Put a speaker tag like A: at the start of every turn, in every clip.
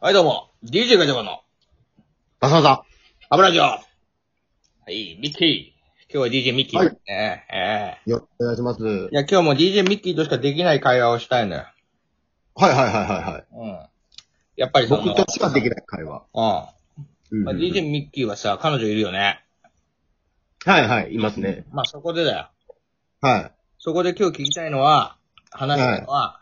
A: はい、どうも。DJ ガチャマンの
B: バサバ
A: アブラジオ。はい、ミッキー。今日は DJ ミッキーですね。え
B: サ。よ、お願いします。はい
A: えいや、今日も DJ ミッキーとしかできない会話をしたいのよ。
B: はいはいはいはい。
A: うん。やっぱりその
B: 僕としかできない会話。
A: うん。ま
B: うん
A: あ、DJ ミッキーはさ、彼女いるよね。
B: はいはい、いますね。
A: まあ、そこでだよ。
B: は
A: そこで今日聞きたいのは、話したいのは、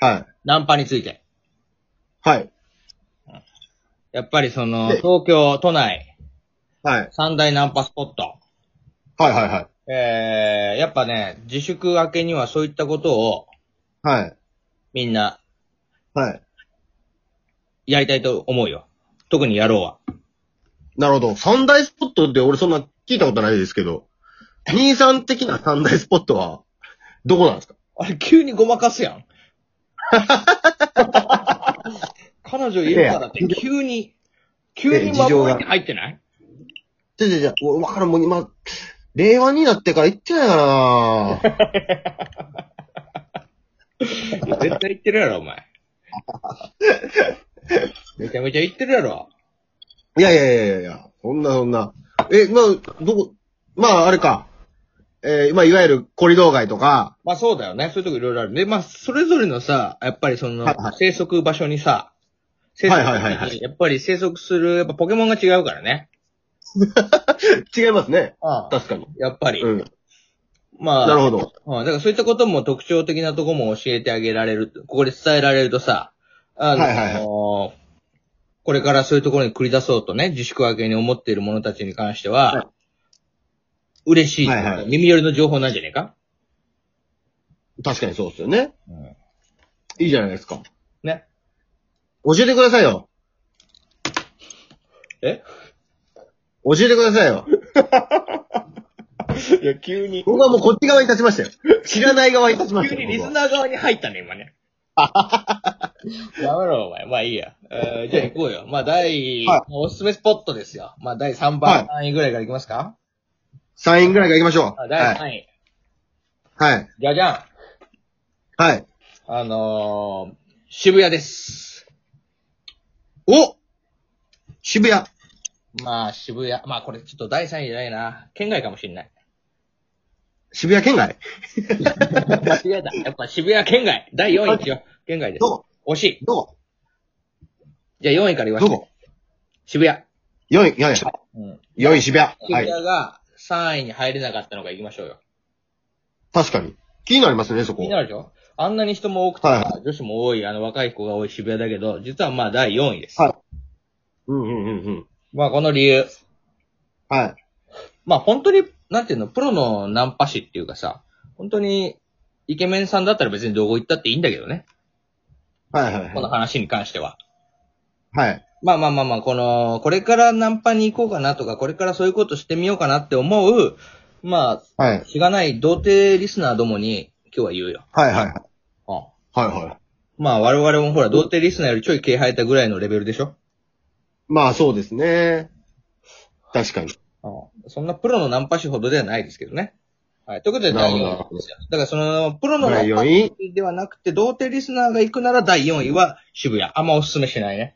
B: い。はい。
A: ナンパについて。
B: はい。
A: やっぱりその、
B: で
A: 東京都内
B: はい。
A: 三大ナンパスポット。
B: はいはいはい。
A: えー、やっぱね、自粛明けにはそういったことを
B: はい。
A: みんな
B: はい。
A: やりたいと思うよ。特に野郎は。
B: なるほど。三大スポットって俺そんな聞いたことないですけど、兄さん的な三大スポットは、どこなんですか
A: あれ、急にごまかすや ん。彼女いるからって、急に、急に
B: 事情
A: 守
B: が
A: りに入ってない
B: じゃじゃじゃ、わからん、もう今、令和になってから行ってないかな
A: 絶対言ってるやろ、お前。めちゃめちゃ言ってるやろ。
B: いやいやいやいやいや、そんなそんな。え、まあ、どこ、まああれか。えーまあいわゆるコリドー街とか、
A: まあそうだよね。そういうとこいろいろある。で、まあ、それぞれのさ、やっぱりその
B: はいは、
A: 生息場所にさ、生息
B: はいはいはいはい
A: やっぱり生息する、やっぱポケモンが違うからね。
B: 違いますね。
A: ああ
B: 確かに。
A: やっぱり。
B: うん。
A: まあ、
B: なるほど。
A: うん、だからそういったことも特徴的なとこも教えてあげられる。ここで伝えられるとさ、あの、
B: はいはいはい
A: これからそういうところに繰り出そうとね、自粛明けに思っている者たちに関しては、
B: は
A: 嬉しい,、
B: はいはい
A: 耳寄りの情報なんじゃねえか
B: 確かにそうですよね。
A: うん
B: いいじゃないですか。
A: ね。
B: 教えてくださいよ。
A: え
B: 教えてくださいよ。
A: いや、急に。
B: 僕はもうこっち側に立ちま したよ。知らない側に立ちまし
A: 急
B: た
A: に
B: よ。
A: リ
B: 僕
A: ス
B: は
A: ナー側に入ったね、今 ね。やめろ、お前。まあいいや。えーじゃあ行こうよ。まあ第、
B: は
A: おすすめスポットですよ。まあ第3番、3位ぐらいから行きますか、
B: サインぐらいから行きましょ
A: あ
B: う。
A: 第3
B: はい。
A: 位。
B: はい。
A: じゃじゃん。
B: はい。
A: あのー、渋谷です。
B: お渋谷。
A: まあ渋谷、まあこれちょっと第3位じゃないな。県外かもしれない。
B: 渋谷県外
A: 間違えた。やっぱ渋谷県外。第4位ですよ。県外です。
B: ど
A: 惜しい。
B: こどこ
A: じゃあ4位から言わせ
B: ど
A: て。
B: こ
A: 渋谷。
B: ?4 位、4
A: うん。
B: 位。4位渋谷。は
A: 渋
B: い。
A: 谷が3位に入れなかったのか行きましょうよ。
B: 確かに。気になりますね、そ
A: 気
B: こ
A: に。なるでしょあんなに人も多くて、
B: はいは
A: 女子も多い、あの若い子が多い渋谷だけど、実はまあ第4位です。
B: はいうんうんうんうん。
A: まあこの理由。
B: はい。
A: まあ本当に、なんていうの、プロのナンパ師っていうかさ、本当に、イケメンさんだったら別にどこ行ったっていいんだけどね。
B: はいはい
A: この
B: は
A: 話に関しては。
B: い。はい。
A: まあまあまあまあ、この、これからナンパに行こうかなとか、これからそういうことしてみようかなって思う、ま
B: はい
A: あ、。しがない童貞リスナーどもに今日は言うよ。
B: はいはいはい。
A: う
B: はいはい。
A: ん。まあ我々もほら、童貞リスナーよりちょい毛生えたぐらいのレベルでしょ
B: まあそうですね。確かに。
A: うん。そんなプロのナンパ師ほどではないですけどね。はい。ということで
B: な
A: 第
B: るほど
A: 4位ですよ。だからその、プロのナ
B: 第
A: ンパ
B: 4位。
A: 師ではなくて、童貞リスナーが行くなら第4位は渋谷。あんまおすすめしないね。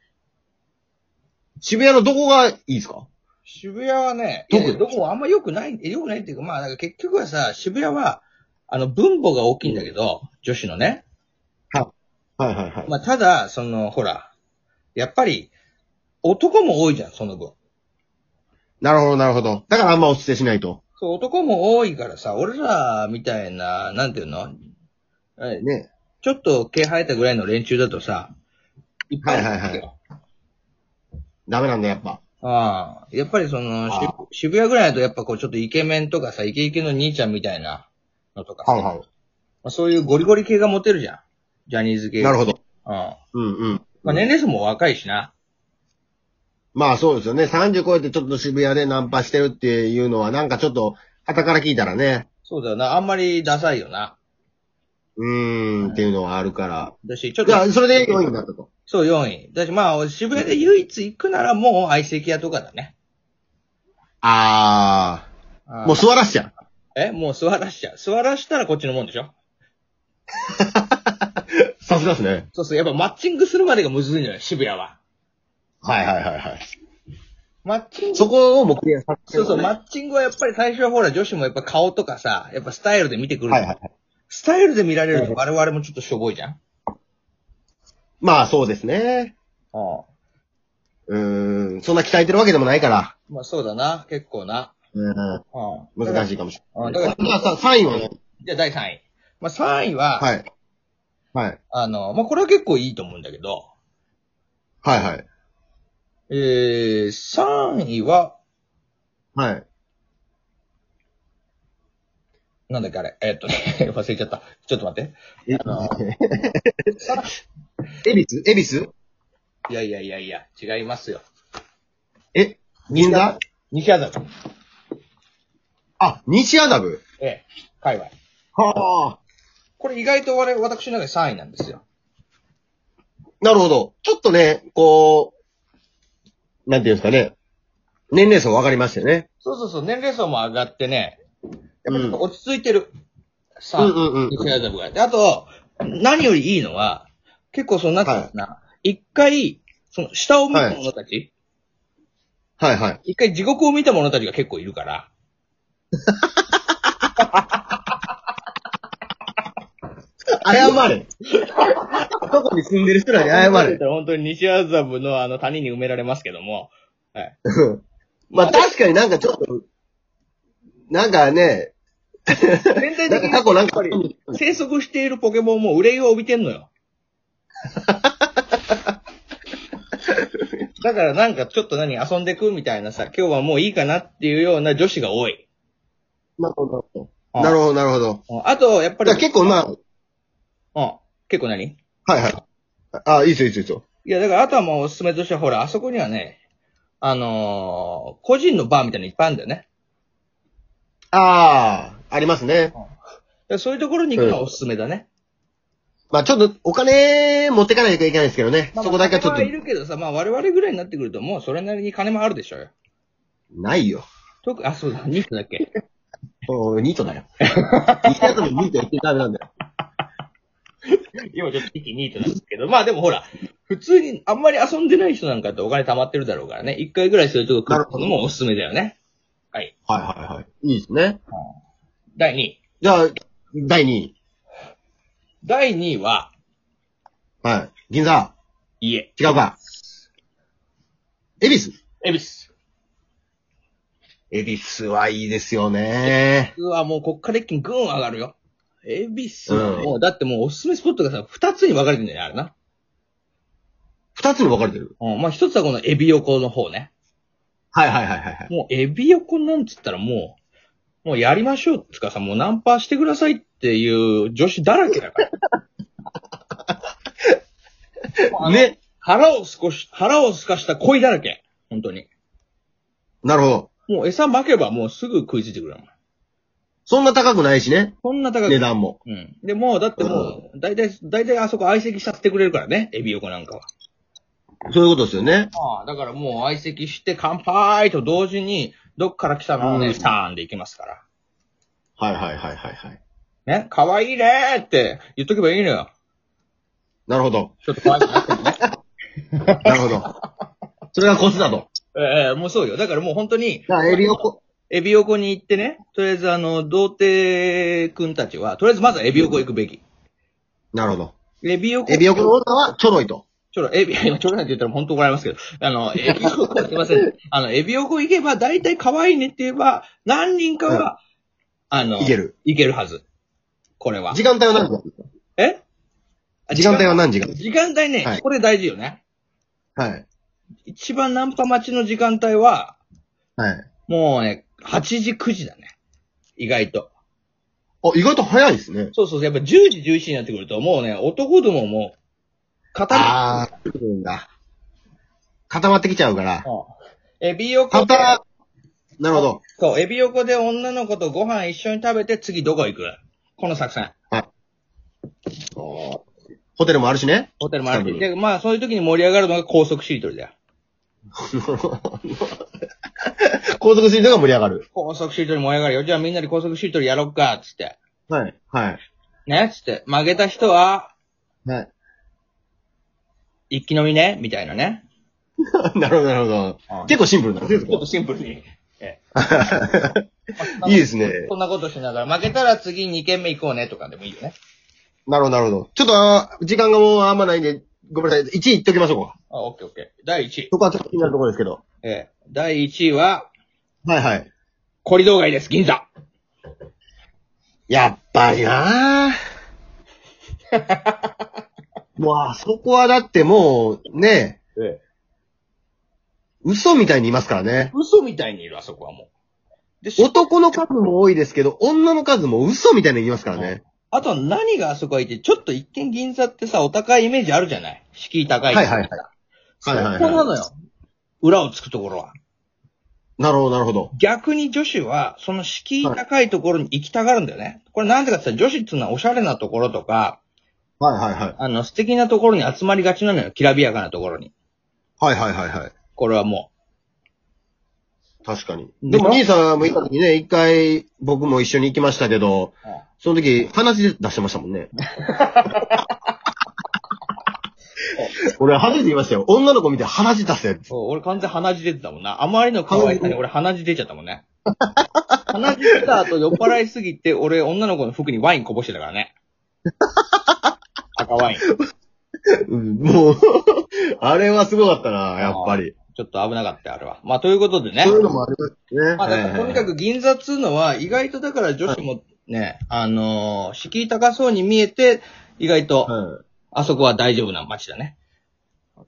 B: 渋谷のどこがいいですか
A: 渋谷はね、
B: どこ
A: いやどこもあんま良くない、良くないっていうか、まあ、なんか結局はさ、渋谷は、あの、分母が大きいんだけど、女子のね。
B: はいはいはい。
A: まあ、ただ、その、ほら、やっぱり、男も多いじゃん、その分。
B: なるほどなるほど。だからあんまお伝えしないと。
A: そう、男も多いからさ、俺らみたいな、なんていうのえ
B: ね。
A: ちょっと毛生えたぐらいの連中だとさ、いっぱいあるんですよ。
B: はいはいダメなんだやっぱ。
A: ああ、やっぱりその、し
B: あ
A: 渋谷ぐらいだとやっぱこう、ちょっとイケメンとかさ、イケイケの兄ちゃんみたいなのとかさ、
B: はいは
A: まあ、そういうゴリゴリ系がモテるじゃん。ジャニーズ
B: い。
A: 系。
B: なる
A: ほ
B: ほど。
A: ど。うん。
B: うんうん。
A: まあ、年齢層も若いしな。
B: まあそうですよね。30超えてちょっと渋谷でナンパしてるっていうのはなんかちょっと、傍から聞いたらね。
A: そうだよな。あんまりダサいよな。
B: うーんっていうのはあるから。
A: だし、ちょっ
B: じゃあ、
A: と、
B: それで4位になったと。
A: そう、4位。だし、まあ、渋谷で唯一行くならもう相席屋とかだね。
B: あ
A: あ
B: ー。
A: ー
B: もう座らしちゃ
A: えもう座らしちゃう。座らしたらこっちのもんでしょ
B: う。さすがですね。
A: そうそう、やっぱマッチングするまでがむずいのよ、渋谷は。
B: はいはいはいはい。
A: マッチング
B: そこをもうクリアさせて
A: そ
B: る
A: うそう、マ
B: は
A: ッチングはやっぱり最初はほら、女子もやっぱ顔とかさ、やっぱスタイルで見てく
B: い
A: る。
B: はいはい。
A: スタイルで見られると我々もちょっとしょぼいじゃん。
B: まあそうですね。
A: ああ。
B: うーん。そんな鍛えてるわけでもないから。
A: まあそうだな、結構な。
B: うん。
A: う
B: 難
A: い。
B: しいかもし
A: う
B: れ
A: ん
B: な
A: だ
B: い。
A: から
B: まあさ、3位はね。
A: じゃあ第3位。まあ3位は、
B: はい。はい。
A: あの、まあこれは結構いいと思うんだけど、
B: はいはい。
A: えー、3位は、
B: はい。
A: なんだっけあれ、えーっとね、 忘れちゃった。ちょっと待って。
B: え
A: の
B: 恵比寿恵比寿
A: いやいやいやいや、違いますよ。
B: え銀座
A: 西麻布。
B: あ、西麻布
A: ええ、界隈。
B: はあ。
A: これ意外と我々私の中で3位なんですよ。
B: なるほど。ちょっとね、こう、なんていうんですかね。年齢層分かりましたよね。
A: そうそうそう、年齢層も上がってね、やっぱちょっ
B: う
A: と落ち着いてる。
B: う
A: さ
B: ん
A: あ、
B: うんうん。
A: 西麻布が。で、あと、何よりいいのは、結構その、なんていうのかな、一、回、その、下を見た者たち、
B: はいはい。
A: 一、回地獄を見た者たちが結構いるから。
B: 謝れ。どこに住んでる人らに謝れ。。
A: 本当に西麻布のあの谷に埋められますけども。
B: まあ確かになんかちょっと、なんかね、
A: 全体
B: な
A: 的
B: んか
A: に
B: 過去なんか、
A: 生息しているポケモンも憂いを帯びてんの よ。だからなんかちょっと何遊んでくみたいなさ、今日はもういいかなっていうような女子が多い。
B: なるほど、なるほど。なるほど
A: うんあと、やっぱ
B: だか
A: り、
B: ら結構ま
A: うん、結構何い
B: あ、はいはい。あ、いいですよいいですよ。
A: や、だからあとはもうおすすめとしては、ほら、あそこにはね、あのー個人のバーみたいなのいっぱいあるんだよね。
B: ああ、ありますね。
A: だからそういうところに行くのはおすすめだね。
B: まあちょっとお金持ってかないといけないですけどね。
A: まあ
B: そこだけはちょっと
A: 金はいるけどさ、まあ我々ぐらいになってくるともうそれなりに金もあるでしょうよ。
B: ないよ。
A: 特に、あ、そうだ、ニートだっけ。
B: おーニートだよ。 西麻布もニートやってダメなんだよ。
A: 今ちょっと一気にニートなんですけど、まあでもほら、普通にあんまり遊んでない人なんかってお金貯まってるだろうからね、一回ぐらいそういうとこ来るのもおすすめだよね。はい。
B: はいはいはい。いいですね。
A: 第2位。
B: じゃあ、第2位。
A: 第2位は、
B: はい。銀座。
A: 家。
B: 違うか。恵比寿
A: 恵比寿。
B: 恵比寿はいいですよね。
A: うわ、もうこっから一気にぐん上がるよ。恵比寿
B: う
A: は
B: ん
A: もう、だってもうおすすめスポットがさ、二つに分かれてんだよね、あれな。
B: 二つに分かれてる。
A: うん、まあ一つはこのエビ横の方ね。
B: はいはいはいはいはい。
A: もうエビ横なんつったらもう、もうやりましょうっつうかさ、もうナンパしてくださいっていう女子だらけだから。もうあの
B: ね。
A: 腹を少し、腹をすかした恋だらけ。本当に。
B: なるほど。
A: もう餌巻けばもうすぐ食いついてくるもん。
B: そんな高くないしね。
A: こんな高く
B: 値。段も。
A: うん。で、もう、だってもう、だいたい、だいたいあそこ相席させてくれるからね、エビ横なんかは。
B: そういうことですよね。
A: ああ、だからもう相席して乾杯と同時に、どっから来たの
B: う
A: ね、
B: ん
A: スターンで行きますか
B: はいはいはいはいはい。
A: ら。ね、可愛いねーって言っとけばいいのよ。
B: なるほど。
A: ちょっと可愛くなってもね。
B: なるほど。それがコツだと。
A: ええもうそうよ。だからもう本当に、
B: だからエビ横。
A: エビ横に行ってね、とりあえずあの、童貞くんたちは、とりあえずまずはエビ横行くべき。
B: なるほど。
A: エビ横。
B: エビ横の女はちょろいと。
A: ちょろ、エビ、今ちょろなんて言ったら本当怒られますけど、あの、エビ横、すいません。あの、エビ横行けば、大体可愛いねって言えば、何人かは、あの、
B: いける。
A: いけるはず。これは。
B: 時間帯は何時
A: えあ
B: 時間帯は何時か
A: 時間帯ね、
B: はい
A: これ大事よね。
B: はい。
A: 一番ナンパ待ちの時間帯は、
B: はい。
A: もうね、8時、9時だね。意外と。
B: あ、意外と早いですね。
A: そうそうそう、やっぱ10時、11時になってくると、もうね、男どもも、固ま
B: ああ、来るんだ。固まってきちゃうから。
A: うんエビ横
B: 固
A: で、
B: ま、なるほど。
A: そう、エビ横で女の子とご飯一緒に食べて、次どこ行くこの作戦。
B: ホテルもあるし ね。
A: ホテルもある
B: 多
A: し。
B: 分
A: で、まあ、そういう時に盛り上がるのが高速しりとりだよ。
B: 高速水道が盛り上がる。
A: 高速しりとり盛り上がるよ。じゃあみんなで高速しりとりやろっか、つって。
B: はい。はい。
A: ね、つって。曲げた人は、
B: はい。
A: 一気飲みね、みたいなね。
B: なるほど、なるほど。
A: 結
B: 結構シンプルなんです
A: 構、ちょっとシンプルに。ええ
B: いいですね。
A: そんなことしながら、負けたら次2軒目行こうねとかでもいいよね。
B: なるほど、なるほど。ちょっとあー、時間がもうあんまないんで、ごめんなさい。1位いっときましょうか。
A: あ、オッケーオッケー。第1位。
B: そこはちょっと気になるところですけど。
A: ええ第1位は、
B: はいはい。
A: コリドー街です、銀座。
B: やっぱりなぁ。もう、あそこはだってもう、ね、
A: ええ。
B: 嘘みたいにいますからね。
A: 嘘みたいにいる、あそこはもう。で、し
B: 男の数も多いですけど、女の数も嘘みたいにいますからね。
A: あとは何があそこはいて、ちょっと一見銀座ってさ、お高いイメージあるじゃない敷居高い。
B: はいはいはい
A: そこ
B: はいはいはい
A: なのよ。裏をつくところは。
B: なるほど、なるほど。
A: 逆に女子は、その敷居高いところに行きたがるんだよね。これなんでかって言ったら、女子っていうのはおしゃれなところとか、
B: はいはいはい。
A: あの、素敵なところに集まりがちなのよ。きらびやかなところに。
B: はいはいはいはい。
A: これはも
B: 確かに。
A: で
B: で
A: も
B: も、兄さんも行った時ね、一回僕も一緒に行きましたけど、
A: う。
B: その時、話で出してましたもん ね。俺、話で言いましたよ。女の子見て鼻血出せって。
A: そう俺完全鼻血出てたもんな。あまりの可愛さに俺鼻血出ちゃったもんね。鼻血出た後酔っ払いすぎて、俺女の子の服にワインこぼしてたからね。赤ワイン。
B: うんもう、 あれはすごかったな、やっぱり。
A: ちょっと危なかったよ、あれは。まあ、ということでね。
B: そういうのもありますね。
A: まあ、だか
B: は
A: ら
B: い
A: と
B: はい
A: にかく銀座っつうのは、意外とだから女子もね、あのー敷居高そうに見えて、意外と、
B: は
A: あそこは大丈夫な街だね。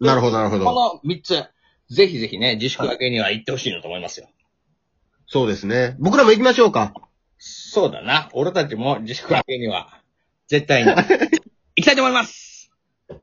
B: いなるほど、なるほど。
A: この3つ、ぜひぜひね、自粛明けには行ってほしいなと思いますよ。
B: そうですね。僕らも行きましょうか。
A: そうだな。俺たちも自粛明けには、絶対に、行きたいと思います